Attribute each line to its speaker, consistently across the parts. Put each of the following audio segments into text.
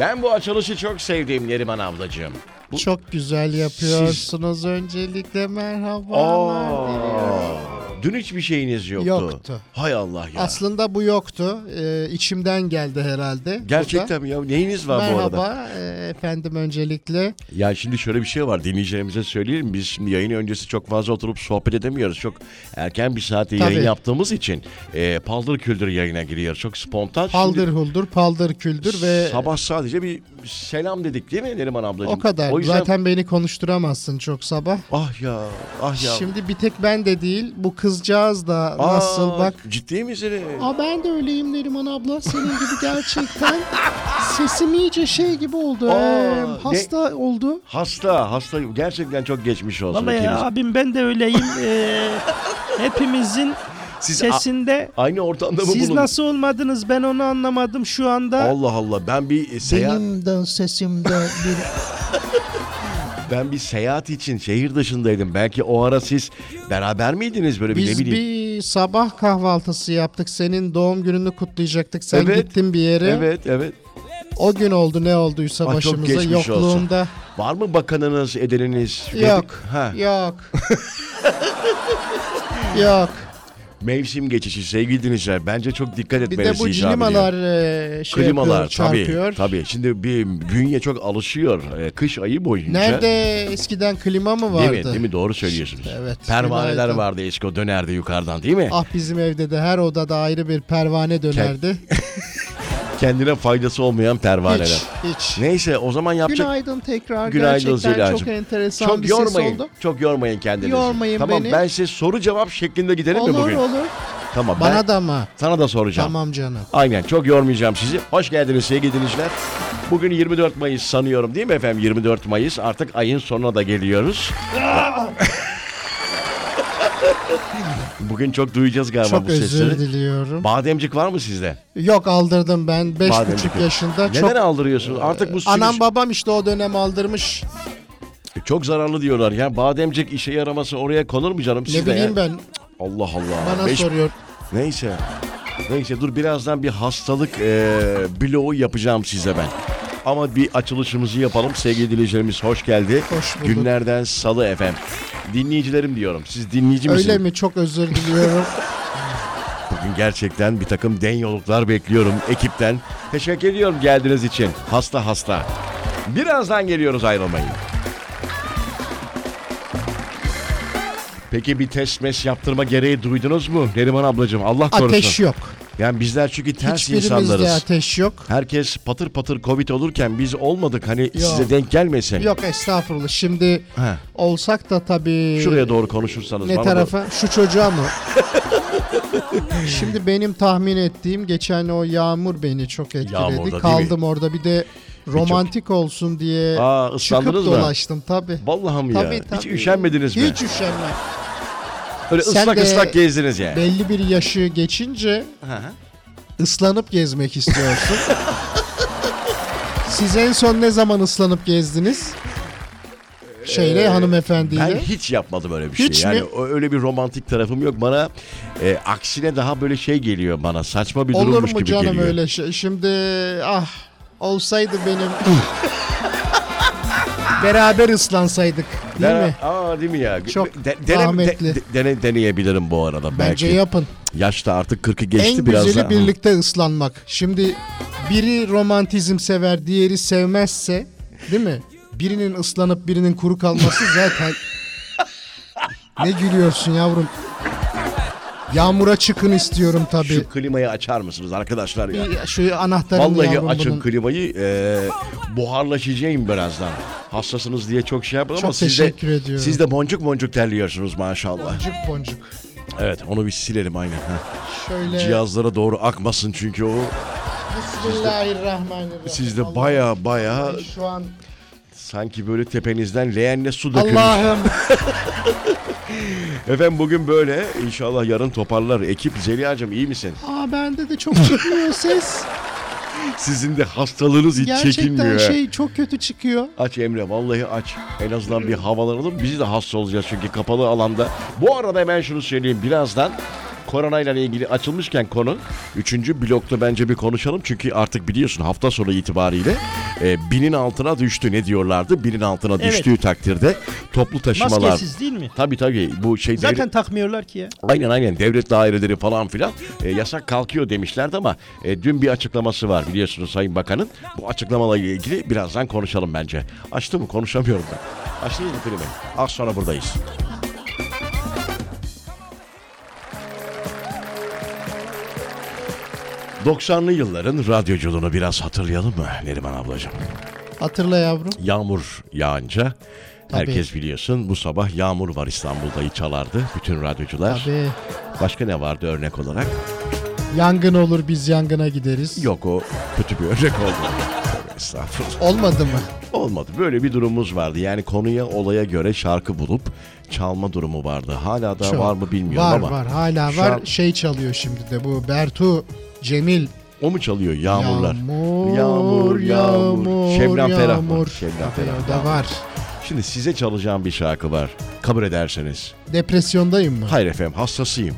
Speaker 1: Ben bu açılışı çok sevdim Neriman ablacığım. Bu-
Speaker 2: Çok güzel yapıyorsunuz. Öncelikle merhabalar diliyorum.
Speaker 1: Dün hiçbir şeyiniz yoktu.
Speaker 2: Yoktu.
Speaker 1: Hay Allah ya.
Speaker 2: Aslında bu yoktu. Ee, içimden geldi herhalde. Bu da.
Speaker 1: Gerçekten mi ya? Neyiniz var bu arada?
Speaker 2: Merhaba e, efendim öncelikle.
Speaker 1: Ya şimdi şöyle bir şey var dinleyicilerimize söyleyeyim. Biz şimdi yayın öncesi çok fazla oturup sohbet edemiyoruz. Çok erken bir saatte yayın
Speaker 2: Tabii.
Speaker 1: yaptığımız için e, paldır küldür yayına giriyor. Çok spontan.
Speaker 2: Paldır huldur, paldır küldür
Speaker 1: Şimdi
Speaker 2: ve
Speaker 1: Sabah sadece bir selam dedik değil mi Neriman ablacığım?
Speaker 2: o kadar.
Speaker 1: yüzden-
Speaker 2: Zaten beni konuşturamazsın çok sabah.
Speaker 1: Ah ya ah ya.
Speaker 2: Şimdi bir tek ben de değil, bu kızcağız da nasıl
Speaker 1: Aa,
Speaker 2: bak.
Speaker 1: Ciddi misin?
Speaker 2: Aa ben de öyleyim Neriman abla senin gibi gerçekten. Sesim iyice şey gibi oldu.
Speaker 1: Aa,
Speaker 2: ee,
Speaker 1: ne-
Speaker 2: hasta oldu.
Speaker 1: Hasta hasta gerçekten çok geçmiş olsun.
Speaker 3: Baba ya
Speaker 1: ikiniz.
Speaker 3: abim ben de öyleyim. Ee, hepimizin
Speaker 1: Siz a-
Speaker 3: sesinde
Speaker 1: aynı ortamda mı
Speaker 3: siz
Speaker 1: bulundunuz?
Speaker 3: nasıl olmadınız ben onu anlamadım şu anda.
Speaker 1: Allah Allah ben bir e, seyahat
Speaker 2: Benim de sesimde bir...
Speaker 1: ben bir seyahat için şehir dışındaydım. Belki o ara siz beraber miydiniz böyle bir ne
Speaker 2: Biz
Speaker 1: bileyim.
Speaker 2: bir sabah kahvaltısı yaptık. Senin doğum gününü kutlayacaktık. Sen
Speaker 1: Evet.
Speaker 2: gittin bir yere.
Speaker 1: Evet evet.
Speaker 2: O gün oldu ne olduysa
Speaker 1: Ay, çok
Speaker 2: başımıza
Speaker 1: geçmiş olsun.
Speaker 2: yokluğunda.
Speaker 1: Var mı bakanınız, edeniniz?
Speaker 2: Yok.
Speaker 1: Ha.
Speaker 2: Yok. Yok.
Speaker 1: Mevsim geçişi sevgili dinleyiciler bence çok dikkat
Speaker 2: Bir de
Speaker 1: etmeniz
Speaker 2: bu
Speaker 1: icap ediyor.
Speaker 2: climalar e, şey
Speaker 1: Klimalar
Speaker 2: yapıyor,
Speaker 1: tabii
Speaker 2: çarpıyor.
Speaker 1: tabii. Şimdi bir bünye çok alışıyor e, kış ayı boyunca.
Speaker 2: Nerede eskiden klima mı vardı?
Speaker 1: Değil mi? Değil mi? Doğru söylüyorsunuz.
Speaker 2: İşte, evet.
Speaker 1: Pervaneler
Speaker 2: Günaydın.
Speaker 1: vardı eski o dönerdi yukarıdan değil mi?
Speaker 2: Ah bizim evde de her odada ayrı bir pervane dönerdi.
Speaker 1: Kendine faydası olmayan pervaneler.
Speaker 2: hiç, hiç.
Speaker 1: Neyse o zaman yapacak
Speaker 2: Günaydın tekrar.
Speaker 1: Günaydın
Speaker 2: Gerçekten
Speaker 1: Zeliha'cığım.
Speaker 2: çok enteresan
Speaker 1: Çok
Speaker 2: bir
Speaker 1: yormayın.
Speaker 2: ses oldu.
Speaker 1: Çok yormayın kendinizi.
Speaker 2: Yormayın
Speaker 1: tamam,
Speaker 2: beni.
Speaker 1: ben size soru cevap şeklinde gidelim mi
Speaker 2: olur
Speaker 1: bugün?
Speaker 2: olur.
Speaker 1: Tamam ben
Speaker 2: Bana da mı?
Speaker 1: sana da soracağım.
Speaker 2: Tamam canım.
Speaker 1: Aynen çok yormayacağım sizi. Hoş geldiniz sevgili dinleyiciler. Bugün 24 Mayıs sanıyorum değil mi efendim? 24 Mayıs artık ayın sonuna da geliyoruz. Bugün çok duyacağız galiba
Speaker 2: Çok
Speaker 1: bu
Speaker 2: özür
Speaker 1: sesleri.
Speaker 2: diliyorum.
Speaker 1: Bademcik var mı sizde?
Speaker 2: Yok aldırdım ben 5,5
Speaker 1: Bademcik.
Speaker 2: yaşında.
Speaker 1: Neden aldırıyorsunuz? Artık bu
Speaker 2: çok... Anam
Speaker 1: sürüş-
Speaker 2: babam işte o dönem aldırmış.
Speaker 1: çok zararlı diyorlar ya. Bademcik işe yaraması oraya konur mu canım?
Speaker 2: Ne
Speaker 1: Siz de ya.
Speaker 2: bileyim ben.
Speaker 1: Allah Allah.
Speaker 2: Bana
Speaker 1: Beş-
Speaker 2: soruyor.
Speaker 1: Neyse. Neyse dur birazdan bir hastalık eee bloğu yapacağım size ben. Ama bir açılışımızı yapalım. Sevgili dinleyicilerimiz hoş geldi.
Speaker 2: Hoş bulduk.
Speaker 1: Günlerden salı efendim. Dinleyicilerim diyorum. Siz dinleyici misiniz?
Speaker 2: Öyle mi? Çok özür diliyorum.
Speaker 1: Bugün gerçekten bir takım den yoluklar bekliyorum ekipten. Teşekkür ediyorum geldiğiniz için. Hasta hasta. Birazdan geliyoruz ayrılmayın. Peki bir test mes yaptırma gereği duydunuz mu Neriman ablacığım? Allah korusun.
Speaker 2: ateş yok.
Speaker 1: Yani bizler çünkü ters
Speaker 2: Hiçbirimizde
Speaker 1: insanlarız.
Speaker 2: ateş yok.
Speaker 1: Herkes patır patır Covid olurken biz olmadık hani size denk gelmesin.
Speaker 2: Yok estağfurullah. Şimdi
Speaker 1: He.
Speaker 2: olsak da tabii...
Speaker 1: Şuraya doğru konuşursanız
Speaker 2: Ee, Ne
Speaker 1: bana
Speaker 2: tarafa? Şu çocuğa mı? Şimdi benim tahmin ettiğim geçen o yağmur beni çok etkiledi.
Speaker 1: Yağmurda değil mi?
Speaker 2: Kaldım orada bir de romantik olsun diye
Speaker 1: doğru- Aa
Speaker 2: çıkıp
Speaker 1: ıslandınız mı?
Speaker 2: dolaştım tabii.
Speaker 1: Vallahi mi
Speaker 2: Tabii,
Speaker 1: ya? Hiç
Speaker 2: tabii.
Speaker 1: üşenmediniz mi?
Speaker 2: Hiç üşenmem.
Speaker 1: Öyle
Speaker 2: Sen
Speaker 1: ıslak
Speaker 2: de-
Speaker 1: ıslak gezdiniz yani.
Speaker 2: Belli bir yaşı geçince ıslanıp gezmek istiyorsun. Siz en son ne zaman ıslanıp gezdiniz? Şeyle hanımefendiyle.
Speaker 1: Ee, Ben hiç yapmadım öyle bir şey.
Speaker 2: Hiç
Speaker 1: yani
Speaker 2: mi?
Speaker 1: o- öyle bir romantik tarafım yok. Bana e, aksine daha böyle şey geliyor bana. Saçma bir
Speaker 2: Olur
Speaker 1: durummuş
Speaker 2: mu
Speaker 1: gibi
Speaker 2: canım
Speaker 1: geliyor.
Speaker 2: öyle şey? Şimdi ah olsaydı benim. Beraber ıslansaydık değil
Speaker 1: Dene-
Speaker 2: mi?
Speaker 1: Aa değil mi ya? De-
Speaker 2: Çok
Speaker 1: dene- de-
Speaker 2: rahmetli.
Speaker 1: de- dene- deneyebilirim bu arada belki.
Speaker 2: Bence yapın.
Speaker 1: Yaşta artık 40'ı geçti
Speaker 2: en
Speaker 1: biraz
Speaker 2: güzeli
Speaker 1: da-
Speaker 2: birlikte ıslanmak. Şimdi biri romantizm sever, diğeri sevmezse, değil mi? Birinin ıslanıp birinin kuru kalması zaten Ne gülüyorsun yavrum? Yağmura çıkın istiyorum tabii.
Speaker 1: Şu klimayı açar mısınız arkadaşlar ya?
Speaker 2: Şu, şu anahtarını
Speaker 1: Vallahi
Speaker 2: yavrum
Speaker 1: açın
Speaker 2: bunun.
Speaker 1: klimayı. e, buharlaşacağım birazdan. Hassasınız diye çok şey yapın ama
Speaker 2: Çok
Speaker 1: siz de,
Speaker 2: teşekkür ediyorum.
Speaker 1: siz de boncuk boncuk terliyorsunuz maşallah.
Speaker 2: Boncuk boncuk.
Speaker 1: Evet onu bir silelim aynen. Heh.
Speaker 2: Şöyle.
Speaker 1: Cihazlara doğru akmasın çünkü o
Speaker 2: Bismillahirrahmanirrahim.
Speaker 1: sizde
Speaker 2: Allah-
Speaker 1: baya baya
Speaker 2: Ay Şu an
Speaker 1: sanki böyle tepenizden leğenle su dökülmüş.
Speaker 2: Allah'ım
Speaker 1: Efendim bugün böyle inşallah yarın toparlar. Ekip Zeliha'cığım iyi misin?
Speaker 2: Aa bende de çok çıkmıyor ses
Speaker 1: Sizin de hastalığınız hiç
Speaker 2: Gerçekten
Speaker 1: çekilmiyor.
Speaker 2: şey çok kötü çıkıyor
Speaker 1: Aç Emre vallahi aç. En azından bir havalanalım. Bizi de hasta olacağız çünkü kapalı alanda. Bu arada hemen şunu söyleyeyim birazdan. koronayla ilgili açılmışken konu. Üçüncü blokta bence bir konuşalım. Çünkü artık biliyorsun hafta sonu itibariyle e, binin altına düştü. Ne diyorlardı? Binin altına
Speaker 3: Evet.
Speaker 1: düştüğü takdirde toplu taşımalar.
Speaker 3: Maskesiz değil mi?
Speaker 1: Tabii tabii. Bu şey
Speaker 3: Zaten
Speaker 1: devlet-
Speaker 3: takmıyorlar ki ya.
Speaker 1: Aynen aynen devlet daireleri falan filan e, yasak kalkıyor demişlerdi ama e, dün bir açıklaması var biliyorsunuz Sayın Bakan'ın. Bu açıklamalarla ilgili birazdan konuşalım bence. Açtı mı konuşamıyorum ben. Açtınız mı filmi? Az sonra buradayız. ...90'lı yılların radyoculuğunu biraz hatırlayalım mı Neriman ablacığım?
Speaker 2: Hatırla yavrum.
Speaker 1: yağmur yağınca
Speaker 2: Tabii.
Speaker 1: herkes biliyorsun bu sabah yağmur var İstanbul'dayı çalardı bütün radyocular.
Speaker 2: Tabii.
Speaker 1: Başka ne vardı örnek olarak?
Speaker 2: Yangın olur biz yangına gideriz.
Speaker 1: Yok o kötü bir örnek oldu. Tövbe Estağfurullah.
Speaker 2: Olmadı mı?
Speaker 1: Olmadı. Böyle bir durumumuz vardı. Yani konuya olaya göre şarkı bulup çalma durumu vardı. Hala da
Speaker 2: Çok.
Speaker 1: var mı bilmiyorum
Speaker 2: var,
Speaker 1: ama.
Speaker 2: Var hala
Speaker 1: Şu
Speaker 2: var.
Speaker 1: an-
Speaker 2: Şey çalıyor şimdi de bu Bertu Cemil.
Speaker 1: O mu çalıyor? Yağmurlar. Yağmur,
Speaker 2: Yağmur,
Speaker 1: yağmur. Şebnem Ferah var. Şebnem
Speaker 2: Tabii,
Speaker 1: Ferah,
Speaker 2: o da
Speaker 1: yağmur.
Speaker 2: var.
Speaker 1: Şimdi size çalacağım bir şarkı var. Kabul ederseniz.
Speaker 2: Depresyondayım mı?
Speaker 1: Hayır efendim hastasıyım.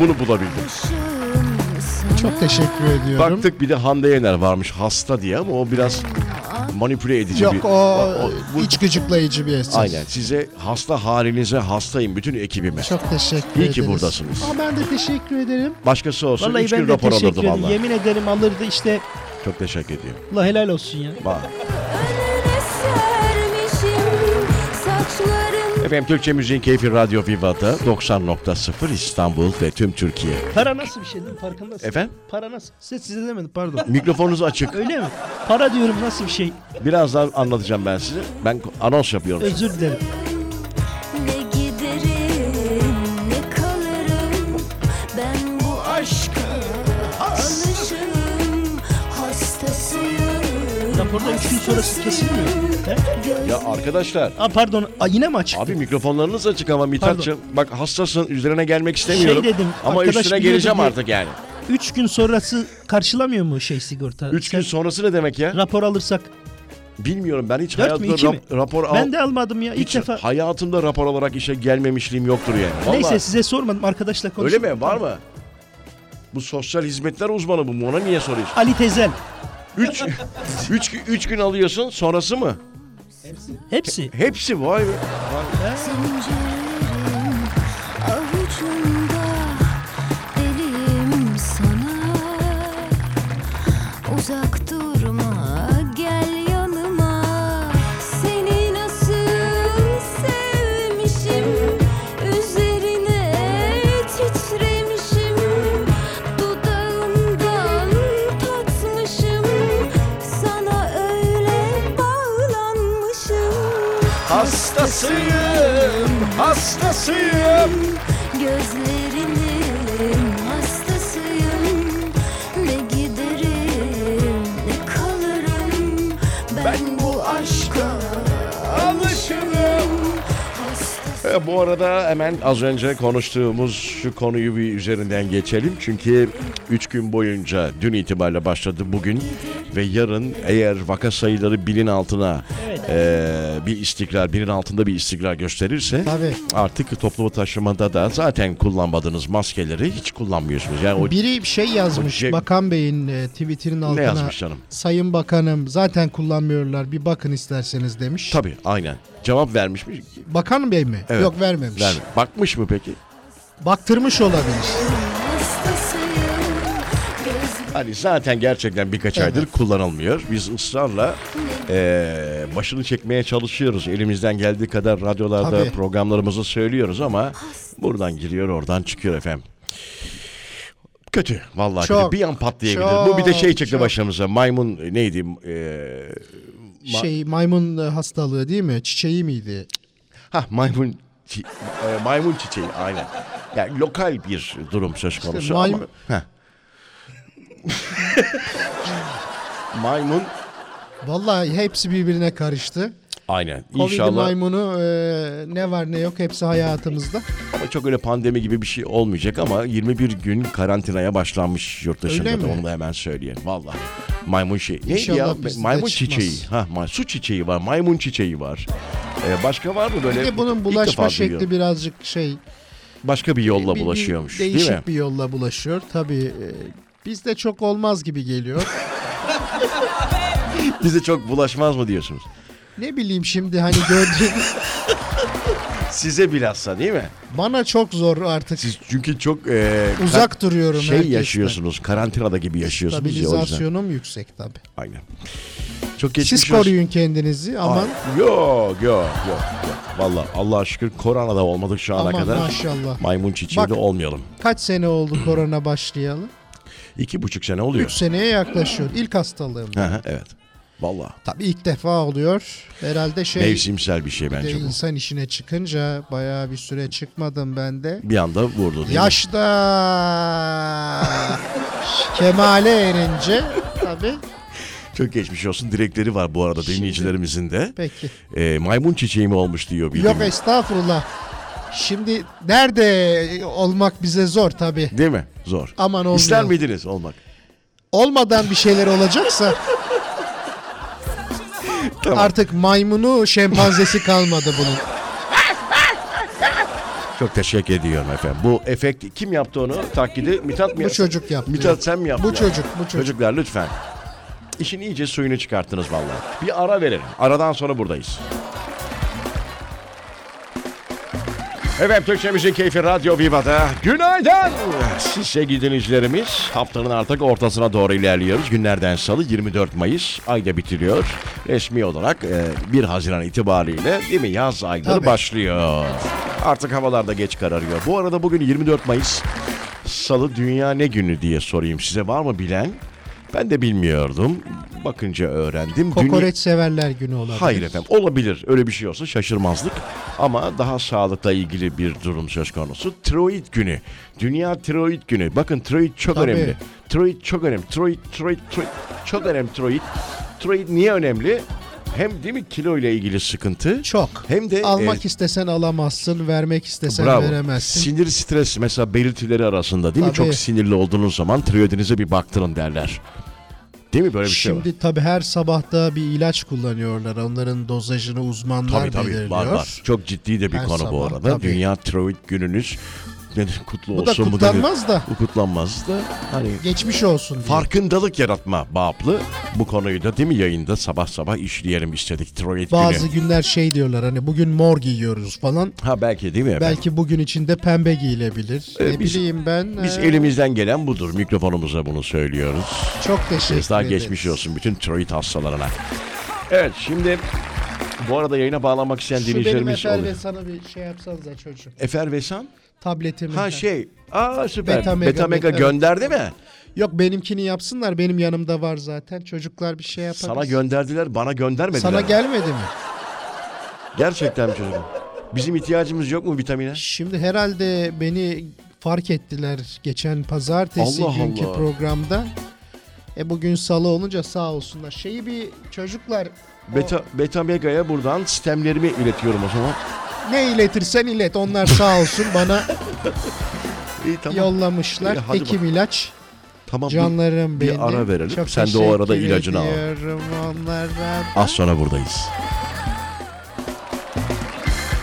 Speaker 1: Bunu bulabildim.
Speaker 2: Çok teşekkür ediyorum.
Speaker 1: Baktık bir de Hande Yener varmış hasta diye ama o biraz manipüle edici bir...
Speaker 2: Yok o,
Speaker 1: bu-
Speaker 2: iç gıcıklayıcı bir esas.
Speaker 1: Aynen size hasta halinize hastayım bütün ekibime.
Speaker 2: Çok teşekkür
Speaker 1: İyi
Speaker 2: ederiz.
Speaker 1: ki buradasınız.
Speaker 2: Aa, ben de teşekkür ederim.
Speaker 1: Başkası olsun
Speaker 3: Vallahi
Speaker 1: üç
Speaker 3: ben
Speaker 1: gün
Speaker 3: de
Speaker 1: rapor
Speaker 3: teşekkür
Speaker 1: alırdım
Speaker 3: ederim.
Speaker 1: valla.
Speaker 3: Yemin ederim alırdı işte.
Speaker 1: Çok teşekkür ediyorum.
Speaker 3: Allah helal olsun ya.
Speaker 1: Bak.
Speaker 4: Önüne sermişim saçların
Speaker 1: Efendim Türkçe Müziğin Keyfi Radyo Viva'da 90.0 İstanbul ve tüm Türkiye.
Speaker 3: Para nasıl bir şey değil mi? Farkındasın.
Speaker 1: Efendim
Speaker 3: Para nasıl? Size, size demedim pardon.
Speaker 1: mikrofonunuz açık.
Speaker 3: Öyle mi? Para diyorum nasıl bir şey?
Speaker 1: Birazdan anlatacağım ben size. Ben anons yapıyorum.
Speaker 3: Özür dilerim.
Speaker 4: ne giderim ne kalırım ben bu aşka alışırım hastasıyım.
Speaker 3: Raporda üç gün sonrası kesilmiyor. He?
Speaker 1: Ya arkadaşlar
Speaker 3: Aa, pardon. Aa, yine mi açık?
Speaker 1: Abi mikrofonlarınız açık ama Mithat'cığım. Bak hastasın üzerine gelmek istemiyorum.
Speaker 3: Şey dedim,
Speaker 1: ama
Speaker 3: arkadaş
Speaker 1: üstüne
Speaker 3: biliyordu
Speaker 1: geleceğim
Speaker 3: diye.
Speaker 1: artık yani.
Speaker 3: Üç gün sonrası karşılamıyor mu şey sigorta?
Speaker 1: Üç gün
Speaker 3: Sen-
Speaker 1: sonrası ne demek ya?
Speaker 3: Rapor alırsak.
Speaker 1: Bilmiyorum ben hiç
Speaker 3: Dört mü,
Speaker 1: hayatımda
Speaker 3: iki
Speaker 1: rap-
Speaker 3: mi?
Speaker 1: rapor al...
Speaker 3: Ben de almadım ya. ilk
Speaker 1: hiç
Speaker 3: defa.
Speaker 1: hayatımda rapor olarak işe gelmemişliğim yoktur yani. Vallahi,
Speaker 3: Neyse size sormadım. Arkadaşla
Speaker 1: Öyle
Speaker 3: konuştum.
Speaker 1: mi? Var mı? Bu sosyal hizmetler uzmanı bu. Ona niye soruyorsun?
Speaker 3: Ali Tezel.
Speaker 1: Üç, üç, gü- üç gün alıyorsun sonrası mı?
Speaker 3: Hepsi.
Speaker 1: Hepsi vay be.
Speaker 4: Zincirlerim avucumda deliyim sana Uzak durma gel yanıma Seni nasıl sevmişim Üzerine titremişim Dudağımdan tatmışım Sana öyle bağlanmışım
Speaker 1: Hastasıyım, hastasıyım.
Speaker 4: Gözlerinin hastasıyım Ne giderim ne kalırım Ben, bu aşka alışırım Hastasıyım
Speaker 1: E, bu arada hemen az önce konuştuğumuz şu konuyu bir üzerinden geçelim. Çünkü 3 gün boyunca dün itibariyle başladı bugün ve yarın eğer vaka sayıları binin altına e, bir istikrar, binin altında bir istikrar gösterirse
Speaker 2: Tabii.
Speaker 1: artık toplu taşımada da zaten kullanmadığınız maskeleri hiç kullanmıyorsunuz. Yani o
Speaker 2: Biri bir şey yazmış.
Speaker 1: Cem-
Speaker 2: Bakan Bey'in e, tweetinin altına.
Speaker 1: yazmış canım?
Speaker 2: Sayın Bakanım zaten kullanmıyorlar. Bir bakın isterseniz demiş.
Speaker 1: tabii aynen. Cevap vermiş mi?
Speaker 2: Bakan Bey mi?
Speaker 1: Evet.
Speaker 2: Yok vermemiş.
Speaker 1: Vermiş. Bakmış mı peki?
Speaker 2: Baktırmış olabilir.
Speaker 4: hastasıyım Göz-
Speaker 1: Hani zaten gerçekten birkaç aydır kullanılmıyor. Biz ısrarla eee, başını çekmeye çalışıyoruz. Elimizden geldiği kadar radyolarda
Speaker 2: Tabii.
Speaker 1: programlarımızı söylüyoruz ama buradan giriyor oradan çıkıyor efendim. Kötü vallahi
Speaker 2: Çok,
Speaker 1: kötü. bir an patlayabilir. Bu bir de şey
Speaker 2: çok,
Speaker 1: çıktı
Speaker 2: çok.
Speaker 1: başımıza. Maymun e, neydi? Eee
Speaker 2: şey maymun e, hastalığı değil mi? Çiçeği miydi?
Speaker 1: ha maymun çi- e, maymun çiçeği aynen. Yani lokal bir durum söz konusu ama
Speaker 2: maymun-
Speaker 1: Heh. maymun
Speaker 2: Vallahi hepsi birbirine karıştı.
Speaker 1: Aynen.
Speaker 2: Covid
Speaker 1: İnşallah
Speaker 2: maymunu e, ne var ne yok hepsi hayatımızda.
Speaker 1: ama çok öyle pandemi gibi bir şey olmayacak ama 21 gün karantinaya başlanmış yurt dışında
Speaker 2: Öyle
Speaker 1: da
Speaker 2: mi?
Speaker 1: onu da hemen söyleyelim. Valla. Maymun şey. Neydi
Speaker 2: İnşallah
Speaker 1: ya?
Speaker 2: bizde
Speaker 1: Maymun
Speaker 2: çıkmaz.
Speaker 1: çiçeği. Ha, ma- su çiçeği var. Maymun çiçeği var. Ee, Ee, başka var mı böyle?
Speaker 2: Bir de bunun
Speaker 1: İlk
Speaker 2: bulaşma
Speaker 1: defa duyuyorum.
Speaker 2: şekli birazcık şey.
Speaker 1: Başka bir yolla
Speaker 2: bir- bir
Speaker 1: bulaşıyormuş
Speaker 2: Değişik
Speaker 1: değil mi?
Speaker 2: bir yolla bulaşıyor. Tabii e, bizde çok olmaz gibi geliyor.
Speaker 1: Bize çok bulaşmaz mı diyorsunuz?
Speaker 2: ne bileyim şimdi hani gördüğüm
Speaker 1: Size bilhassa değil mi?
Speaker 2: bana çok zor artık.
Speaker 1: Siz çünkü çok e, kar-
Speaker 2: Uzak duruyorum
Speaker 1: şey
Speaker 2: herkesten.
Speaker 1: yaşıyorsunuz. Karantinada gibi yaşıyorsunuz ya o yüzden.
Speaker 2: Stabilizasyonum yüksek tabii.
Speaker 1: Aynen. Çok geçmiş
Speaker 2: Siz
Speaker 1: olsun.
Speaker 2: koruyun kendinizi aman.
Speaker 1: Ay, Yok yok yok. yok. Valla Allah'a şükür koronada olmadık şu ana
Speaker 2: Aman
Speaker 1: kadar.
Speaker 2: maşallah.
Speaker 1: Maymun çiçeği de
Speaker 2: Bak.
Speaker 1: olmayalım.
Speaker 2: Kaç sene oldu korona başlayalı?
Speaker 1: İki buçuk sene
Speaker 2: 3
Speaker 1: oluyor.
Speaker 2: seneye yaklaşıyor. İlk hastalığım.
Speaker 1: Hı hı, evet. Valla.
Speaker 2: Tabii ilk defa oluyor. Herhalde şey
Speaker 1: Mevsimsel bir şey
Speaker 2: bir de
Speaker 1: bence bu.
Speaker 2: insan işine çıkınca bayağı bir süre çıkmadım ben de.
Speaker 1: Bir anda vurdu değil mi?
Speaker 2: Yaşta kemale erince tabii.
Speaker 1: Çok geçmiş olsun. Dilekleri var bu arada dinleyicilerimizin de.
Speaker 2: Peki.
Speaker 1: Ee, maymun çiçeği mi olmuş diyor bildiğim.
Speaker 2: Yok estağfurullah. Şimdi nerede olmak bize zor tabii.
Speaker 1: Değil mi? Zor.
Speaker 2: Aman olmuyor.
Speaker 1: İster miydiniz olmak?
Speaker 2: Olmadan bir şeyler olacaksa
Speaker 1: Tamam.
Speaker 2: artık maymunu şempanzesi kalmadı bunun.
Speaker 1: Çok teşekkür ediyorum efendim. Bu efekt kim yaptı onu? Taklidi Mithat mı
Speaker 2: Bu çocuk yaptı.
Speaker 1: Mithat sen mi yaptın?
Speaker 2: Bu çocuk, bu çocuk.
Speaker 1: Çocuklar lütfen. İşin iyice suyunu çıkarttınız vallahi. Bir ara verelim. Aradan sonra buradayız. Evet Türkçemizin Keyfi Radyo Viva'da günaydın. Siz sevgili dinleyicilerimiz haftanın artık ortasına doğru ilerliyoruz. Günlerden salı 24 Mayıs ayda bitiriyor. Resmi olarak e, 1 Haziran itibariyle değil mi yaz ayları
Speaker 2: Tabii.
Speaker 1: başlıyor. Artık havalarda geç kararıyor. Bu arada bugün 24 Mayıs salı dünya ne günü diye sorayım size var mı bilen? Ben de bilmiyordum. Bakınca öğrendim. Dünya-
Speaker 2: Kokoreç severler günü olabilir.
Speaker 1: Hayır efendim olabilir öyle bir şey olsa şaşırmazdık ama daha sağlıkla ilgili bir durum söz konusu. Tiroid günü. Dünya tiroid günü. Bakın tiroid çok
Speaker 2: Tabii.
Speaker 1: önemli. Tiroid çok önemli. Tiroid, tiroid, tiroid. Çok önemli tiroid. Tiroid niye önemli? Hem değil mi kilo ile ilgili sıkıntı?
Speaker 2: Çok.
Speaker 1: Hem de
Speaker 2: Almak
Speaker 1: e,
Speaker 2: istesen alamazsın, vermek istesen
Speaker 1: Bravo.
Speaker 2: veremezsin.
Speaker 1: Sinir stres mesela belirtileri arasında değil mi?
Speaker 2: Tabii.
Speaker 1: Çok sinirli olduğunuz zaman tiroidinize bir baktırın derler. Değil mi böyle bir şey var?
Speaker 2: Şimdi tabii her sabah da bir ilaç kullanıyorlar. Onların dozajını uzmanlar
Speaker 1: Tabii tabii
Speaker 2: belirliyor.
Speaker 1: var var. Çok ciddi de bir
Speaker 2: Her
Speaker 1: konu bu
Speaker 2: sabah,
Speaker 1: arada.
Speaker 2: tabii.
Speaker 1: Dünya tiroid gününüz ne- kutlu
Speaker 2: Bu da
Speaker 1: olsun.
Speaker 2: kutlanmaz da
Speaker 1: Bu kutlanmaz da hani
Speaker 2: geçmiş olsun diye.
Speaker 1: farkındalık yaratma bağlı. Bu konuyu da değil mi yayında sabah sabah işleyelim istedik tiroid
Speaker 2: Bazı
Speaker 1: günü.
Speaker 2: günler şey diyorlar hani bugün mor giyiyoruz falan.
Speaker 1: Ha belki değil mi efendim?
Speaker 2: Belki bugün içinde pembe giyilebilir.
Speaker 1: Ee,
Speaker 2: ne
Speaker 1: biz-
Speaker 2: bileyim ben.
Speaker 1: Biz
Speaker 2: e,
Speaker 1: elimizden gelen budur. Mikrofonumuza bunu söylüyoruz.
Speaker 2: çok teşekkür
Speaker 1: Kez daha
Speaker 2: ederiz.
Speaker 1: geçmiş olsun bütün tiroid hastalarına. Evet şimdi bu arada yayına bağlanmak isteyen
Speaker 2: Şu benim
Speaker 1: dinleyicilerimiz
Speaker 2: Efer
Speaker 1: oluyor.
Speaker 2: ve sana bir şey yapsanıza çocuğum.
Speaker 1: Efervesan?
Speaker 2: Tabletimi.
Speaker 1: Ha şey. Aa süper. Betamega,
Speaker 2: Betamega, Betamega.
Speaker 1: gönderdi mi?
Speaker 2: Yok benimkini yapsınlar benim yanımda var zaten. Çocuklar bir şey yapar.
Speaker 1: Sana gönderdiler, bana göndermediler.
Speaker 2: Sana gelmedi mi?
Speaker 1: Gerçekten mi çocuğum? Bizim ihtiyacımız yok mu vitamine?
Speaker 2: Şimdi herhalde beni fark ettiler geçen pazartesi
Speaker 1: Allah
Speaker 2: günkü
Speaker 1: Allah.
Speaker 2: programda. E bugün salı olunca sağ olsunlar. Şeyi bir çocuklar o-
Speaker 1: Beta, Betamega'ya buradan sistemlerimi iletiyorum o zaman.
Speaker 2: ne iletirsen ilet onlar sağ olsun bana
Speaker 1: İyi tamam.
Speaker 2: yollamışlar.
Speaker 1: İyi, e, hadi
Speaker 2: Ekim ilaç
Speaker 1: tamam. bir-
Speaker 2: canlarım
Speaker 1: bir
Speaker 2: benim.
Speaker 1: ara verelim.
Speaker 2: Çok
Speaker 1: Sen de o arada
Speaker 2: teşekkür
Speaker 1: ilacını al.
Speaker 2: ediyorum onlara.
Speaker 1: Az sonra buradayız.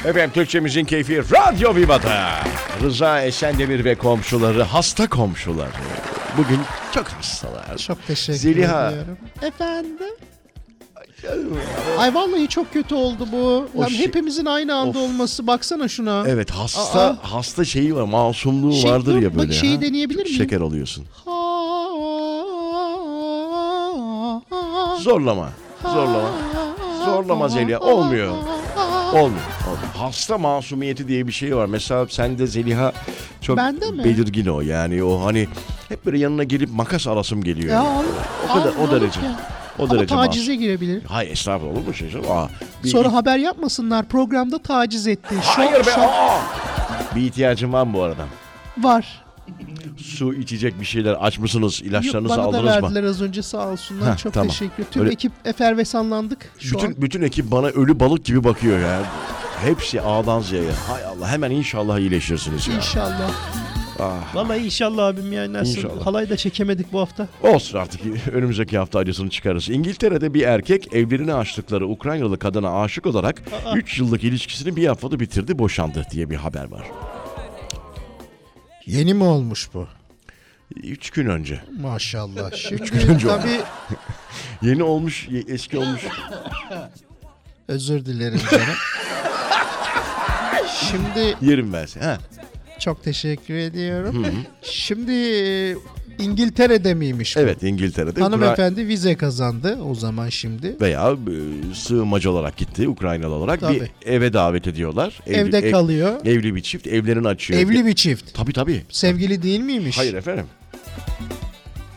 Speaker 1: Efendim Türkçemizin keyfi Radyo Viva'da. Rıza Esendemir ve komşuları, hasta komşuları. Bugün çok hastalar.
Speaker 2: Çok teşekkür
Speaker 1: Zeliha.
Speaker 2: ediyorum. Efendim? Ay vallahi çok kötü oldu bu.
Speaker 1: O
Speaker 2: Lan
Speaker 1: şey-
Speaker 2: hepimizin aynı anda
Speaker 1: Of.
Speaker 2: olması baksana şuna.
Speaker 1: Evet hasta
Speaker 2: Aa.
Speaker 1: hasta şeyi var, masumluğu
Speaker 2: Şey,
Speaker 1: vardır
Speaker 2: dur,
Speaker 1: ya
Speaker 2: bak
Speaker 1: böyle.
Speaker 2: şeyi
Speaker 1: ha?
Speaker 2: deneyebilir miyim?
Speaker 1: Şeker oluyorsun.
Speaker 2: Ha.
Speaker 1: Zorlama. Zorlama. Zorlama Zeliha. Olmuyor. Olmuyor. olmuyor. Hasta masumiyeti diye bir şey var. Mesela sende Zeliha çok
Speaker 2: Bende mi?
Speaker 1: belirgin o. Yani o hani hep böyle yanına gelip makas alasım geliyor.
Speaker 2: Ya, al-
Speaker 1: o kadar
Speaker 2: al,
Speaker 1: o
Speaker 2: ne
Speaker 1: derece.
Speaker 2: olacak?
Speaker 1: O
Speaker 2: Ama
Speaker 1: derece masum.
Speaker 2: tacize girebilir.
Speaker 1: Hayır estağfurullah olur mu şey? canım? Aa, bir,
Speaker 2: Sonra haber yapmasınlar. Programda taciz etti. Şok,
Speaker 1: Hayır be.
Speaker 2: şok.
Speaker 1: Aa! Bir ihtiyacım var mı bu arada?
Speaker 2: Var.
Speaker 1: Su içecek bir şeyler aç mısınız?
Speaker 2: Yok,
Speaker 1: İlaçlarınızı
Speaker 2: bana da
Speaker 1: aldınız mı?
Speaker 2: verdiler az önce sağ olsunlar.
Speaker 1: Heh,
Speaker 2: Çok
Speaker 1: tamam.
Speaker 2: teşekkür. Tüm
Speaker 1: Öyle-
Speaker 2: ekip efervesanlandık şu
Speaker 1: bütün
Speaker 2: an.
Speaker 1: bütün ekip bana ölü balık gibi bakıyor ya. Hepsi A'dan Z'ye. Hay Allah hemen inşallah iyileşirsiniz ya.
Speaker 2: İnşallah.
Speaker 3: Vallahi inşallah abim ya nasıl
Speaker 1: İnşallah.
Speaker 3: halay da çekemedik bu hafta.
Speaker 1: Olsun artık önümüzdeki hafta acısını çıkarız. İngiltere'de bir erkek evlerini açtıkları Ukraynalı kadına aşık olarak 3 yıllık ilişkisini bir haftada bitirdi boşandı diye bir haber var.
Speaker 2: Yeni mi olmuş bu?
Speaker 1: 3 gün önce.
Speaker 2: Maşallah. Şimdi
Speaker 1: önce oldu.
Speaker 2: tabii
Speaker 1: Yeni olmuş, ye- eski olmuş.
Speaker 2: özür dilerim canım. Şimdi
Speaker 1: Yerim ben seni. Ha.
Speaker 2: çok teşekkür ediyorum. Şimdi e, İngiltere'de miymiş bu?
Speaker 1: Evet İngiltere'de. Ukra-
Speaker 2: Hanımefendi vize kazandı o zaman şimdi.
Speaker 1: veya e, sığınmacı olarak gitti Ukraynalı olarak
Speaker 2: Tabii.
Speaker 1: bir eve davet ediyorlar. Evli-
Speaker 2: Evde
Speaker 1: ev-
Speaker 2: kalıyor.
Speaker 1: Evli bir çift evlerini açıyor.
Speaker 2: Evli bir çift.
Speaker 1: Tabii tabii.
Speaker 2: Sevgili değil miymiş?
Speaker 1: Hayır efendim.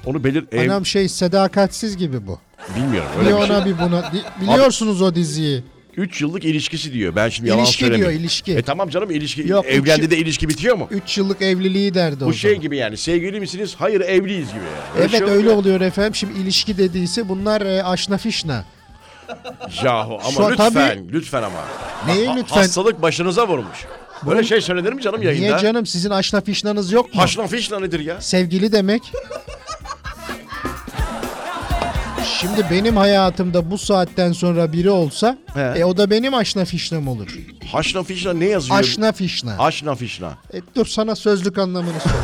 Speaker 1: Onu belir ev
Speaker 2: Anam şey sedakatsiz gibi bu.
Speaker 1: bilmiyorum
Speaker 2: bir
Speaker 1: öyle bir şey.
Speaker 2: ona bir buna. Di- Biliyorsunuz o diziyi.
Speaker 1: 3 yıllık ilişkisi diyor. Ben şimdi yalan
Speaker 2: İlişki diyor,
Speaker 1: söylemiyorum.
Speaker 2: ilişki.
Speaker 1: E tamam canım ilişki.
Speaker 2: Yok,
Speaker 1: Evlendi
Speaker 2: üç-
Speaker 1: de ilişki bitiyor mu?
Speaker 2: 3 yıllık evliliği derdi o
Speaker 1: Bu şey
Speaker 2: zaman.
Speaker 1: gibi yani sevgili misiniz? Hayır evliyiz gibi. yani. şey
Speaker 2: Evet
Speaker 1: yok
Speaker 2: öyle
Speaker 1: ya.
Speaker 2: oluyor efendim. Şimdi ilişki dediyse bunlar e, aşna fişna.
Speaker 1: Yahu ama
Speaker 2: Şu an
Speaker 1: lütfen
Speaker 2: tabii-
Speaker 1: lütfen ama.
Speaker 2: Neye
Speaker 1: Ha-
Speaker 2: lütfen?
Speaker 1: Hastalık başınıza vurmuş. Böyle şey söylenir mi canım yayında?
Speaker 2: Niye canım sizin aşna fişnanız yok mu?
Speaker 1: Haşlan fişlan nedir ya?
Speaker 2: Sevgili demek. Şimdi benim hayatımda bu saatten sonra biri olsa
Speaker 1: He.
Speaker 2: e, o da benim aşna fişnam olur.
Speaker 1: Haşlan fişlan ne yazıyor?
Speaker 2: Aşna fişna.
Speaker 1: Aşna fişna.
Speaker 2: E, dur sana sözlük anlamını söyle.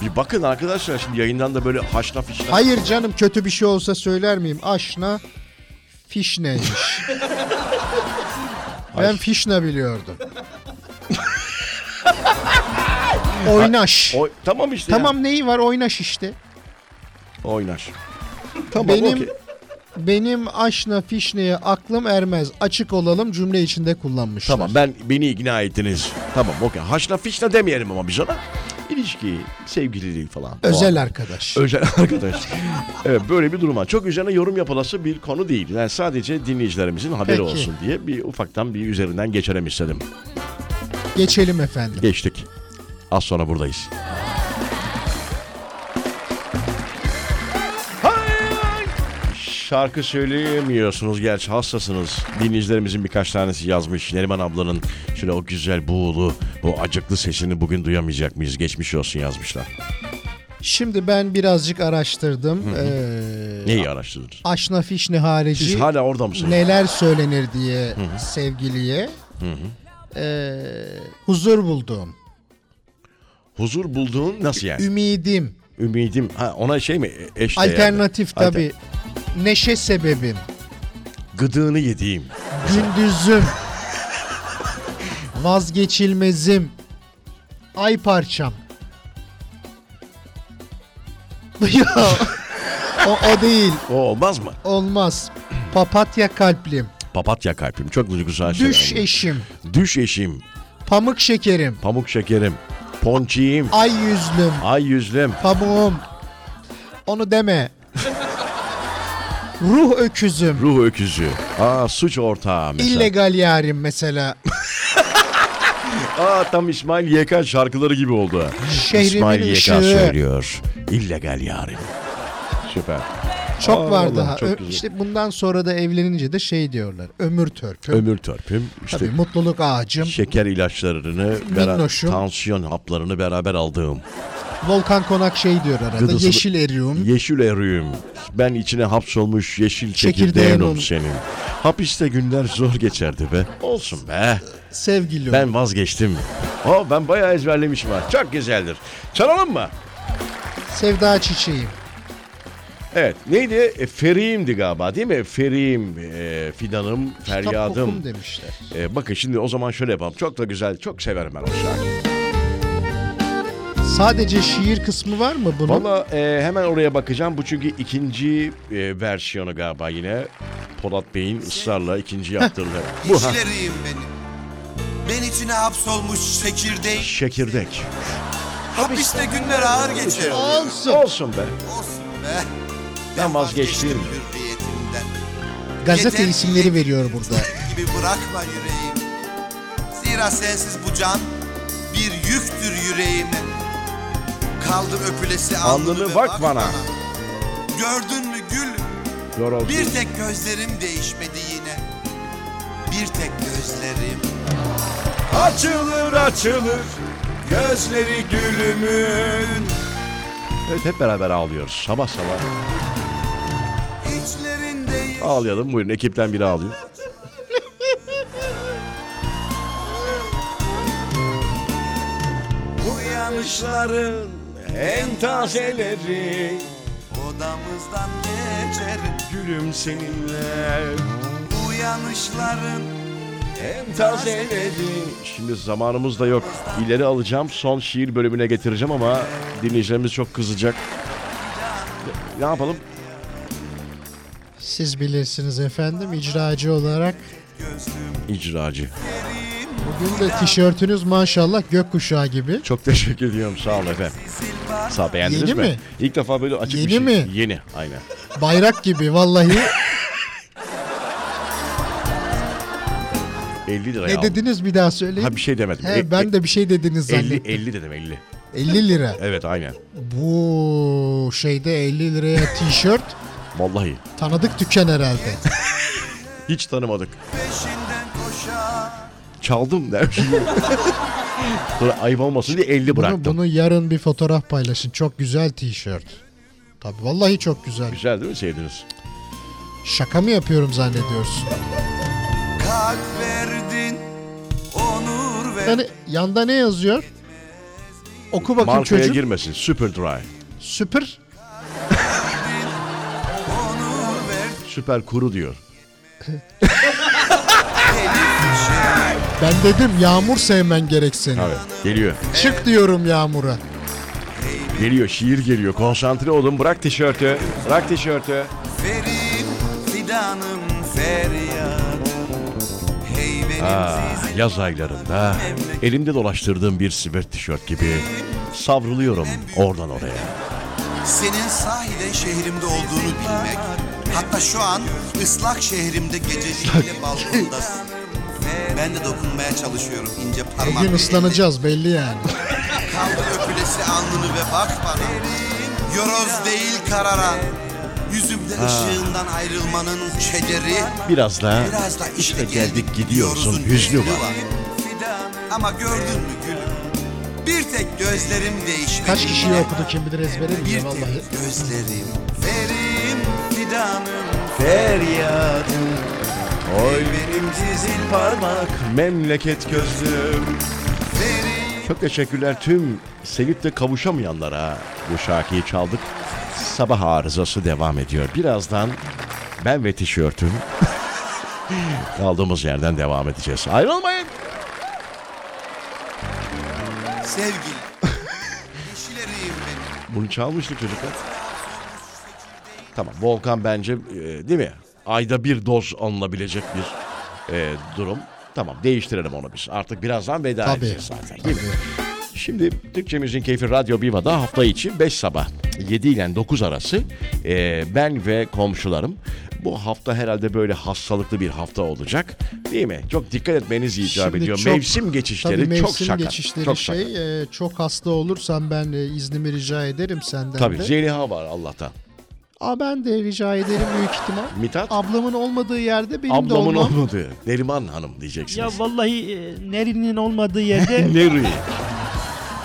Speaker 1: Bir bakın arkadaşlar şimdi yayından da böyle haşna fişna.
Speaker 2: Hayır canım kötü bir şey olsa söyler miyim? Aşna fişneymiş. ben fişne biliyordum. Oynaş.
Speaker 1: Oy- tamam işte ya.
Speaker 2: Tamam neyi var oynaş işte.
Speaker 1: Oynar.
Speaker 2: benim
Speaker 1: okey.
Speaker 2: benim aşna fişneye aklım ermez. Açık olalım cümle içinde kullanmışlar.
Speaker 1: Tamam ben beni ikna ettiniz. Tamam okey. Haşna fişna demeyelim ama bir ona. İlişki, sevgililiği falan.
Speaker 2: Özel
Speaker 1: Doğal.
Speaker 2: arkadaş.
Speaker 1: Özel arkadaş. evet böyle bir durum var. Çok üzerine yorum yapılası bir konu değil. Yani sadece dinleyicilerimizin haberi
Speaker 2: Peki.
Speaker 1: olsun diye bir ufaktan bir üzerinden geçelim istedim.
Speaker 2: Geçelim efendim.
Speaker 1: Geçtik. Az sonra buradayız. Hayır! Şarkı söyleyemiyorsunuz gerçi hastasınız. Dinleyicilerimizin birkaç tanesi yazmış. Neriman ablanın şöyle o güzel buğulu, bu acıklı sesini bugün duyamayacak mıyız? Geçmiş olsun yazmışlar.
Speaker 2: Şimdi ben birazcık araştırdım. Ee,
Speaker 1: Neyi araştırdınız?
Speaker 2: aşna fişne harici
Speaker 1: Siz hala orada mısınız?
Speaker 2: neler söylenir diye sevgiliye eee, huzur bulduğum,
Speaker 1: Huzur bulduğun nasıl yani?
Speaker 2: ümidim,
Speaker 1: Ümidim. Ha, ona şey mi? Eşte
Speaker 2: alternatif
Speaker 1: yani.
Speaker 2: tabi, neşe sebebim,
Speaker 1: Gıdığını yediğim.
Speaker 2: gündüzüm, vazgeçilmezim, ay parçam. ya, o, o değil,
Speaker 1: O olmaz mı?
Speaker 2: olmaz. Papatya kalplim,
Speaker 1: Papatya kalbim. Çok duygusal şeyler
Speaker 2: düş
Speaker 1: bunlar.
Speaker 2: eşim,
Speaker 1: Düş eşim.
Speaker 2: pamuk şekerim,
Speaker 1: Pamuk şekerim, ponçiyim,
Speaker 2: ay yüzlüm,
Speaker 1: ay yüzlüm,
Speaker 2: Pamuğum. Onu deme. Ruh öküzüm.
Speaker 1: ruh öküzü, aa suç ortağı mesela.
Speaker 2: illegal yarim mesela.
Speaker 1: Aa tam İsmail YK şarkıları gibi oldu.
Speaker 2: Şehrimin
Speaker 1: İsmail YK
Speaker 2: ışığı.
Speaker 1: söylüyor. İllegal yarim. Süper.
Speaker 2: Çok
Speaker 1: Aa,
Speaker 2: var
Speaker 1: vallahi
Speaker 2: daha.
Speaker 1: çok
Speaker 2: Ö-
Speaker 1: güzel.
Speaker 2: işte bundan sonra da evlenince de şey diyorlar. Ömür törpü.
Speaker 1: Ömür törpüm. işte
Speaker 2: Tabii mutluluk ağacım.
Speaker 1: şeker ilaçlarını, bera-
Speaker 2: Minnoşum.
Speaker 1: tansiyon haplarını beraber aldığım.
Speaker 2: Volkan Konak şey diyor arada.
Speaker 1: Gıdısını-
Speaker 2: Yeşil eriyorum.
Speaker 1: Yeşil erüğüm. Ben içine hapsolmuş yeşil
Speaker 2: Çekirdeğin
Speaker 1: çekirdeğinum
Speaker 2: ol.
Speaker 1: senin. Hapiste günler zor geçerdi be. Olsun be.
Speaker 2: Sevgili
Speaker 1: Ben vazgeçtim. O ben bayağı ezberlemişim ha. Çok güzeldir. Çalalım mı?
Speaker 2: Sevda çiçeğim.
Speaker 1: Evet. Neydi? E, Feri'yimdi galiba değil mi? Feri'yim, e, fidanım,
Speaker 2: Kitap
Speaker 1: feryadım.
Speaker 2: kokum demişler.
Speaker 1: E, bakın şimdi o zaman şöyle yapalım. Çok da güzel, çok severim ben o şarkıyı.
Speaker 2: Sadece şiir kısmı var mı bunun?
Speaker 1: Valla e, hemen oraya bakacağım. Bu çünkü ikinci e, versiyonu galiba yine. Polat Bey'in ısrarla ikinci yaptırdı. Bu ha.
Speaker 5: İşlerim benim. Ben içine hapsolmuş çekirdeğim.
Speaker 1: Şekirdek.
Speaker 5: Hapiste günler ağır geçer.
Speaker 2: Olsun.
Speaker 1: Olsun be.
Speaker 5: Olsun be.
Speaker 1: Ben vazgeçtim.
Speaker 5: hürriyetimden.
Speaker 2: Gazete
Speaker 5: Yeter ki
Speaker 2: isimleri veriyor burada.
Speaker 5: gibi bırakma yüreğimi. Zira sensiz bu can bir yüktür yüreğime. Kaldır öpülesi alnını,
Speaker 1: Alnını
Speaker 5: ve
Speaker 1: bak bana.
Speaker 5: Gördün mü gül
Speaker 1: Zor olsun.
Speaker 5: bir tek gözlerim değişmedi yine. Bir tek gözlerim
Speaker 1: Açılır açılır
Speaker 5: Gözleri gülümün
Speaker 1: Evet hep beraber ağlıyoruz. Sabah sabah
Speaker 5: içlerindeyim
Speaker 1: ağlayalım. Buyurun ekipten biri ağlıyor.
Speaker 5: Uyanışların
Speaker 1: En tazeleri
Speaker 5: odamızdan geçerim
Speaker 1: gülüm seninle.
Speaker 5: Uyanışların
Speaker 1: En tazeleri. Şimdi zamanımız da yok. İleri alacağım. Son şiir bölümüne getireceğim ama dinleyicilerimiz çok kızacak. Ne yapalım?
Speaker 2: Siz bilirsiniz efendim icracı olarak.
Speaker 1: İcracı.
Speaker 2: Bugün de tişörtünüz maşallah gökkuşağı gibi.
Speaker 1: Çok teşekkür ediyorum. Sağ olun efendim. Sağ ol, beğendiniz
Speaker 2: Yeni
Speaker 1: mi?
Speaker 2: mi?
Speaker 1: İlk defa böyle açık bir
Speaker 2: Yeni
Speaker 1: şey.
Speaker 2: mi?
Speaker 1: Yeni. Aynen.
Speaker 2: Bayrak gibi vallahi.
Speaker 1: 50 liraya
Speaker 2: ne
Speaker 1: aldım.
Speaker 2: dediniz bir daha söyleyin.
Speaker 1: Ha bir şey demedim. E-
Speaker 2: He, ben
Speaker 1: e-
Speaker 2: de bir şey dediniz
Speaker 1: 50,
Speaker 2: zannettim.
Speaker 1: 50 dedim 50.
Speaker 2: 50 lira.
Speaker 1: Evet aynen.
Speaker 2: Bu şeyde 50 liraya tişört
Speaker 1: Vallahi.
Speaker 2: tanıdık tüken herhalde.
Speaker 1: Hiç tanımadık.
Speaker 5: peşinden koşar
Speaker 1: Çaldım der. Sonra ayıp olmasın diye 50 bıraktım.
Speaker 2: Bunu, bunu yarın bir fotoğraf paylaşın. Çok güzel tişört. Tabii vallahi çok güzel.
Speaker 1: Güzel değil mi sevdiniz?
Speaker 2: Şaka mı yapıyorum zannediyorsun?
Speaker 5: Kalk verdin onur ver
Speaker 2: Yani yanda ne yazıyor? Oku bakayım
Speaker 1: Markaya
Speaker 2: çocuk.
Speaker 1: girmesin. Super dry.
Speaker 2: Süpür.
Speaker 5: onur ver
Speaker 1: Süper kuru diyor.
Speaker 2: Ben dedim yağmur sevmen gerek senin.
Speaker 1: Tabii. Geliyor.
Speaker 2: Çık diyorum yağmura.
Speaker 1: Geliyor. Şiir geliyor. Konsantre olun. Bırak tişörtü. Bırak tişörtü.
Speaker 5: Ferim fidanım feryat Hey benim
Speaker 1: Ah,
Speaker 5: zizim
Speaker 1: yaz aylarında elimde dolaştırdığım bir sibet tişört gibi savruluyorum oradan oraya.
Speaker 5: Senin sahiden şehrimde olduğunu bilmek Hatta şu an ıslak şehrimde gececiyle balkondasın Ben de dokunmaya çalışıyorum ince parmak
Speaker 2: Bugün ıslanacağız belli yani.
Speaker 5: Kaldır öpülesi alnını ve bak bana Yoroz değil kararan Yüzümde ışığından ayrılmanın kederi
Speaker 1: Biraz da
Speaker 5: Biraz da işte
Speaker 1: işte
Speaker 5: geldik
Speaker 1: geldik
Speaker 5: gidiyorsun
Speaker 1: gidiyoruzun
Speaker 5: hüznü
Speaker 1: hüznü
Speaker 5: var.
Speaker 1: var.
Speaker 5: Ama gördün mü gülüm? Bir tek gözlerim değişmedi.
Speaker 2: Kaç kişiyi okudu kim bilir ezbere
Speaker 5: Bir
Speaker 2: biliyor vallahi.
Speaker 5: tek gözlerim. Ferim fidanım feryadım. Oy benim dizil parmak.
Speaker 1: memleket gözlüm.
Speaker 5: Ferim
Speaker 1: Çok teşekkürler tüm sevip de kavuşamayanlara. Bu şarkıyı çaldık. Sabah arızası devam ediyor. Birazdan ben ve tişörtüm kaldığımız yerden devam edeceğiz. Ayrılmayın.
Speaker 5: sevgili. Dişilerim benim.
Speaker 1: Bunu çalmıştık çocuklar. Tamam Volkan bence e, değil mi? Ayda bir doz alınabilecek bir e, durum. Tamam değiştirelim onu biz. Artık birazdan veda
Speaker 2: Tabii.
Speaker 1: edeceğiz zaten. Değil mi? Şimdi Türkçe Müziğin Keyfi Radyo Viva'da hafta içi 5 sabah 7 ile 9 arası e, ben ve komşularım. Bu hafta herhalde böyle hastalıklı bir hafta olacak. Değil mi? Çok dikkat etmeniz icap
Speaker 2: Şimdi
Speaker 1: ediyor.
Speaker 2: çok-
Speaker 1: mevsim geçişleri
Speaker 2: Tabii mevsim
Speaker 1: çok şaka.
Speaker 2: geçişleri
Speaker 1: çok şaka.
Speaker 2: şey e, çok hasta olursan ben e, iznimi rica ederim senden
Speaker 1: Tabii
Speaker 2: de.
Speaker 1: Zeliha var Allah'tan.
Speaker 2: Aa ben de rica ederim büyük ihtimal.
Speaker 1: Mithat?
Speaker 2: Ablamın olmadığı yerde benim de
Speaker 1: Ablamın
Speaker 2: olmam.
Speaker 1: olmadığı Neriman Hanım
Speaker 3: Ya
Speaker 1: diyeceksiniz.
Speaker 3: vallahi e, Neri'nin olmadığı yerde
Speaker 1: Neri.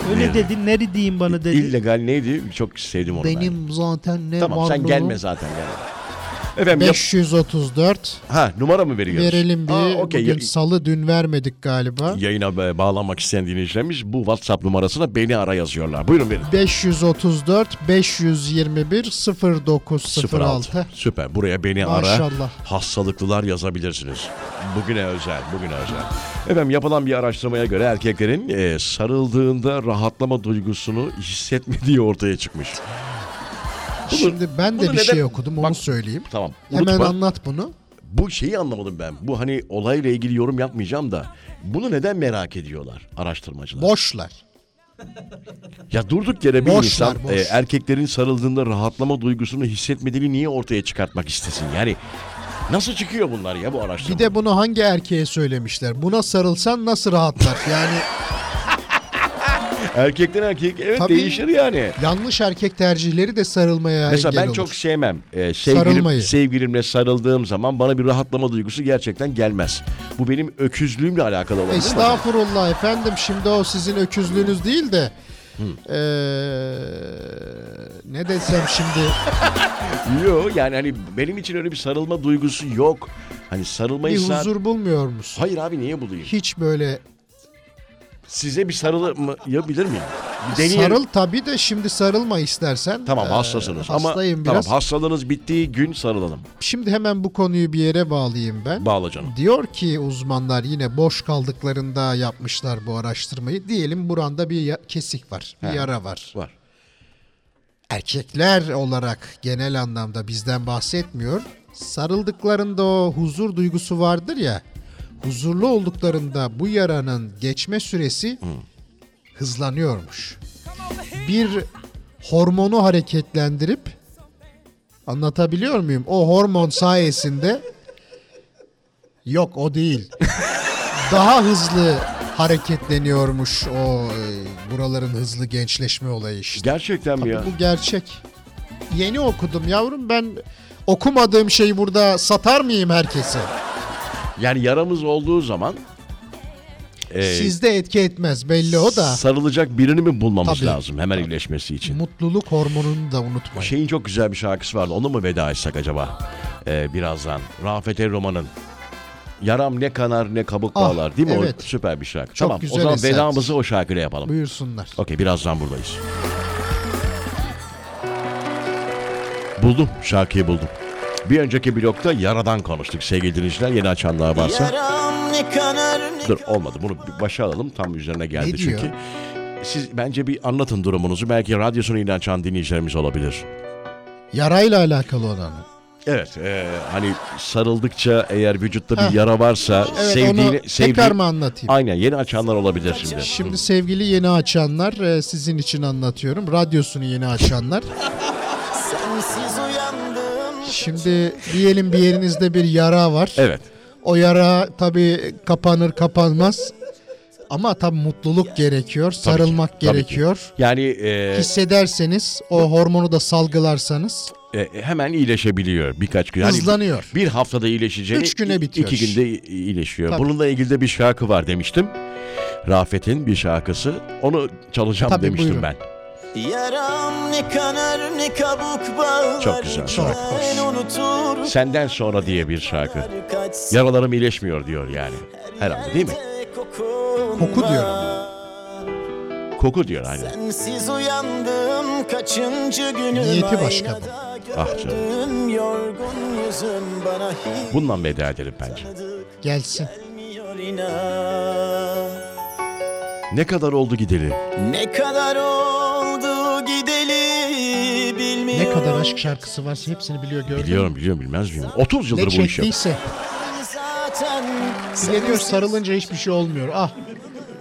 Speaker 3: öyle dedi Neri diyeyim bana dedi.
Speaker 1: İllegal neydi? Çok sevdim onu ben.
Speaker 2: benim zaten ne
Speaker 1: Tamam
Speaker 2: var
Speaker 1: sen
Speaker 2: mı?
Speaker 1: gelme zaten gel. Efendim yap-
Speaker 2: 534
Speaker 1: ha numara mı veriyoruz?
Speaker 2: verelim bir.
Speaker 1: Aa, okey.
Speaker 2: Bugün
Speaker 1: Ya-
Speaker 2: salı dün vermek galiba.
Speaker 1: yayına ba- bağlanmak isteyen dinleyicilerimiz bu WhatsApp numarasına beni ara yazıyorlar. Buyurun verin.
Speaker 2: 534 521 0906.
Speaker 1: Süper. Buraya beni ara.
Speaker 2: Maşallah.
Speaker 1: Hastalıklılar yazabilirsiniz. Bugüne özel, bugüne özel. Efendim yapılan bir araştırmaya göre erkeklerin e, sarıldığında rahatlama duygusunu hissetmediği ortaya çıkmış. Bunu-
Speaker 2: Şimdi ben de
Speaker 1: bunu
Speaker 2: bir
Speaker 1: neden-
Speaker 2: şey okudum onu
Speaker 1: Bak-
Speaker 2: söyleyeyim.
Speaker 1: Tamam. Unutma.
Speaker 2: Hemen anlat bunu.
Speaker 1: Bu şeyi anlamadım ben. Bu hani olayla ilgili yorum yapmayacağım da bunu neden merak ediyorlar araştırmacılar?
Speaker 2: Boşlar.
Speaker 1: ya durduk yere bir
Speaker 2: Boşlar,
Speaker 1: insan
Speaker 2: boş.
Speaker 1: e, erkeklerin sarıldığında rahatlama duygusunu hissetmediğini niye ortaya çıkartmak istesin? Yani nasıl çıkıyor bunlar ya bu araştırma?
Speaker 2: Bir de bunu hangi erkeğe söylemişler? Buna sarılsan nasıl rahatlar? Yani
Speaker 1: Erkekten erkek evet
Speaker 2: Tabii.
Speaker 1: değişir yani.
Speaker 2: Yanlış erkek tercihleri de sarılmaya
Speaker 1: Mesela
Speaker 2: engel
Speaker 1: ben
Speaker 2: olur.
Speaker 1: çok sevmem. Ee, sevgilim,
Speaker 2: Sarılmayı.
Speaker 1: sevgilimle sarıldığım zaman bana bir rahatlama duygusu gerçekten gelmez. Bu benim öküzlüğümle alakalı olan değil mi?
Speaker 2: Estağfurullah efendim şimdi o sizin öküzlüğünüz değil de eee, ne desem şimdi
Speaker 1: Yok yani hani benim için öyle bir sarılma duygusu yok. Hani sarılmayı
Speaker 2: bir
Speaker 1: sar-
Speaker 2: huzur bulmuyor musun?
Speaker 1: Hayır abi niye bulayım?
Speaker 2: Hiç böyle
Speaker 1: Size bir sarılabilir miyim? Bir deneyelim.
Speaker 2: sarıl tabii de şimdi sarılma istersen.
Speaker 1: Tamam
Speaker 2: Eee,
Speaker 1: hastasınız ama
Speaker 2: hastayım biraz.
Speaker 1: tamam hastalığınız bittiği gün sarılalım.
Speaker 2: Şimdi hemen bu konuyu bir yere bağlayayım ben.
Speaker 1: Bağla canım.
Speaker 2: Diyor ki uzmanlar yine boş kaldıklarında yapmışlar bu araştırmayı. Diyelim buranda bir ya- kesik var, bir yara var.
Speaker 1: Var.
Speaker 2: Erkekler olarak genel anlamda bizden bahsetmiyor. Sarıldıklarında o huzur duygusu vardır ya. Huzurlu olduklarında bu yaranın geçme süresi hızlanıyormuş. Bir hormonu hareketlendirip anlatabiliyor muyum? O hormon sayesinde yok o değil. Daha hızlı hareketleniyormuş o e, buraların hızlı gençleşme olayı işte.
Speaker 1: Gerçekten mi ya?
Speaker 2: Bu gerçek. Yeni okudum yavrum ben okumadığım şeyi burada satar mıyım herkese?
Speaker 1: Yani yaramız olduğu zaman e,
Speaker 2: Sizde etki etmez belli o da.
Speaker 1: sarılacak birini mi bulmamız
Speaker 2: Tabii.
Speaker 1: lazım hemen iyileşmesi için?
Speaker 2: Mutluluk hormonunu da unutmayın.
Speaker 1: Şeyin çok güzel bir şarkısı vardı. Onu mu veda etsek acaba? Ee, birazdan. Rafet El Roman'ın. Yaram ne kanar ne kabuk
Speaker 2: Ah,
Speaker 1: bağlar değil mi? O
Speaker 2: evet.
Speaker 1: süper bir şarkı.
Speaker 2: Çok
Speaker 1: tamam o
Speaker 2: güzel
Speaker 1: zaman
Speaker 2: eser.
Speaker 1: vedamızı o şarkıyla yapalım.
Speaker 2: Buyursunlar.
Speaker 1: Okey birazdan buradayız. Buldum şarkıyı buldum. Bir önceki blokta yaradan konuştuk sevgili dinleyiciler. Yeni açanlar varsa.
Speaker 6: Yaram ne kanar ne
Speaker 1: Dur olmadı bunu bir başa alalım tam üzerine geldi
Speaker 2: Ne diyor?
Speaker 1: çünkü. Siz bence bir anlatın durumunuzu. Belki radyosunu yine açan dinleyicilerimiz olabilir.
Speaker 2: Yarayla alakalı olan.
Speaker 1: Evet, e, hani sarıldıkça eğer vücutta bir
Speaker 2: Heh.
Speaker 1: yara varsa
Speaker 2: Evet
Speaker 1: sevdiğini
Speaker 2: onu
Speaker 1: sevdiği
Speaker 2: tekrar mı anlatayım?
Speaker 1: Aynen yeni açanlar olabilir şimdi.
Speaker 2: Şimdi sevgili yeni açanlar e, sizin için anlatıyorum. Radyosunu yeni açanlar.
Speaker 6: sensiz uyandım
Speaker 2: Şimdi diyelim bir yerinizde bir yara var.
Speaker 1: Evet.
Speaker 2: O yara tabii kapanır kapanmaz. Ama tabii mutluluk gerekiyor,
Speaker 1: tabii ki,
Speaker 2: sarılmak
Speaker 1: tabii ki.
Speaker 2: gerekiyor.
Speaker 1: Yani e,
Speaker 2: hissederseniz o hormonu da salgılarsanız
Speaker 1: e, hemen iyileşebiliyor birkaç gün. Hani
Speaker 2: Hızlanıyor.
Speaker 1: Bir haftada iyileşeceğini
Speaker 2: Üç güne bitiyor
Speaker 1: iki
Speaker 2: iş.
Speaker 1: günde iyileşiyor.
Speaker 2: Tabii.
Speaker 1: Bununla ilgili de bir şarkı var demiştim. Rafet'in bir şarkısı. Onu çalacağım
Speaker 2: Tabii,
Speaker 1: demiştim
Speaker 2: buyurun.
Speaker 1: ben.
Speaker 6: Yaram ne kanar ne kabuk bağlar
Speaker 1: Çok güzel, çok
Speaker 6: Ben unutur
Speaker 1: Senden sonra diye bir şarkı.
Speaker 6: kaçsın
Speaker 1: Yaralarım iyileşmiyor diyor yani. Herhalde değil mi?
Speaker 6: yerde kokun
Speaker 2: Koku
Speaker 6: var.
Speaker 2: diyorum
Speaker 1: Koku diyor hani. aynen.
Speaker 6: Sensiz uyandım kaçıncı günüm
Speaker 2: Niyeti başka
Speaker 6: aynada
Speaker 1: Ah canım.
Speaker 6: gördüm, Yorgun yüzüm bana hiç
Speaker 1: Bundan veda edelim bence.
Speaker 2: gelsin.
Speaker 6: gelmiyor inan
Speaker 1: Ne kadar oldu gideli?
Speaker 6: Ne kadar oldu gideli bilmiyorum.
Speaker 2: Ne kadar aşk şarkısı varsa hepsini biliyor gördün. mü?
Speaker 1: Biliyorum biliyorum bilmez miyim? 30
Speaker 2: Ne
Speaker 1: yıldır bu iş yapıyorum.
Speaker 2: çektiyse.
Speaker 6: Zaten
Speaker 2: Bile diyor sarılınca hiçbir şey olmuyor. Ah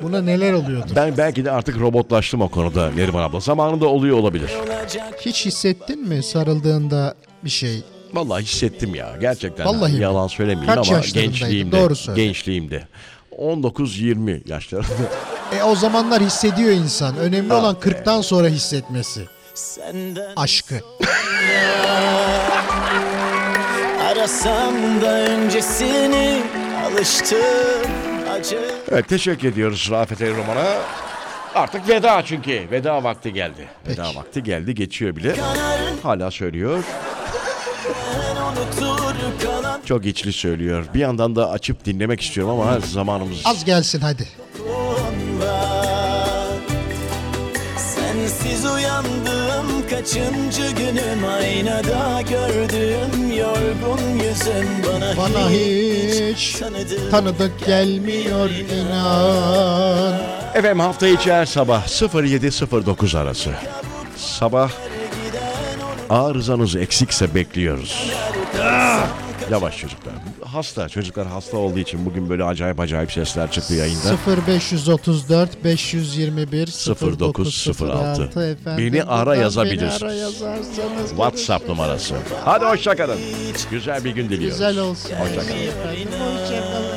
Speaker 2: buna neler oluyordu.
Speaker 1: Ben belki de artık robotlaştım o konuda Neriman abla. Zamanında oluyor olabilir.
Speaker 6: olacak
Speaker 2: Hiç hissettin mi sarıldığında bir şey?
Speaker 1: Vallahi hissettim ya gerçekten.
Speaker 2: Vallahi mi?
Speaker 1: Yalan söylemeyeyim
Speaker 2: Kaç
Speaker 1: ama
Speaker 2: yaşlarındaydın?
Speaker 1: gençliğimde.
Speaker 2: Doğru söyle.
Speaker 1: Gençliğimde. 19-20 yaşlarında.
Speaker 2: E o zamanlar hissediyor insan. Önemli olan 40'tan sonra hissetmesi.
Speaker 6: senden
Speaker 2: Aşkı.
Speaker 6: arasam da öncesini alıştım acı
Speaker 1: evet teşekkür ediyoruz Rafet El Roman'a. Artık veda çünkü. Veda vakti geldi. Veda
Speaker 2: Peki.
Speaker 1: vakti geldi geçiyor bile. Hala söylüyor.
Speaker 6: ben unutur kalan
Speaker 1: Çok içli söylüyor. Bir yandan da açıp dinlemek istiyorum ama zamanımız...
Speaker 2: Az gelsin hadi.
Speaker 6: kokun var. Sensiz uyandım kaçıncı günüm aynada gördüm yorgun yüzüm bana,
Speaker 2: Bana hiç
Speaker 6: tanıdık
Speaker 2: tanıdık gelmiyor inan.
Speaker 1: Efendim hafta içi her sabah 07.09 arası. Sabah arızanız eksikse bekliyoruz. Ah! Yavaş çocuklar. Hasta. Çocuklar hasta olduğu için bugün böyle acayip acayip sesler çıktı yayında.
Speaker 2: 0534 521 0906 efendim.
Speaker 1: Beni ara
Speaker 2: Buradan
Speaker 1: yazabilirsiniz.
Speaker 2: Beni ara yazarsanız
Speaker 1: WhatsApp numarası. Hadi hoşçakalın. Güzel bir gün diliyoruz.
Speaker 2: güzel olsun.
Speaker 1: Hoşçakalın.
Speaker 2: Efendim, hoşçakalın.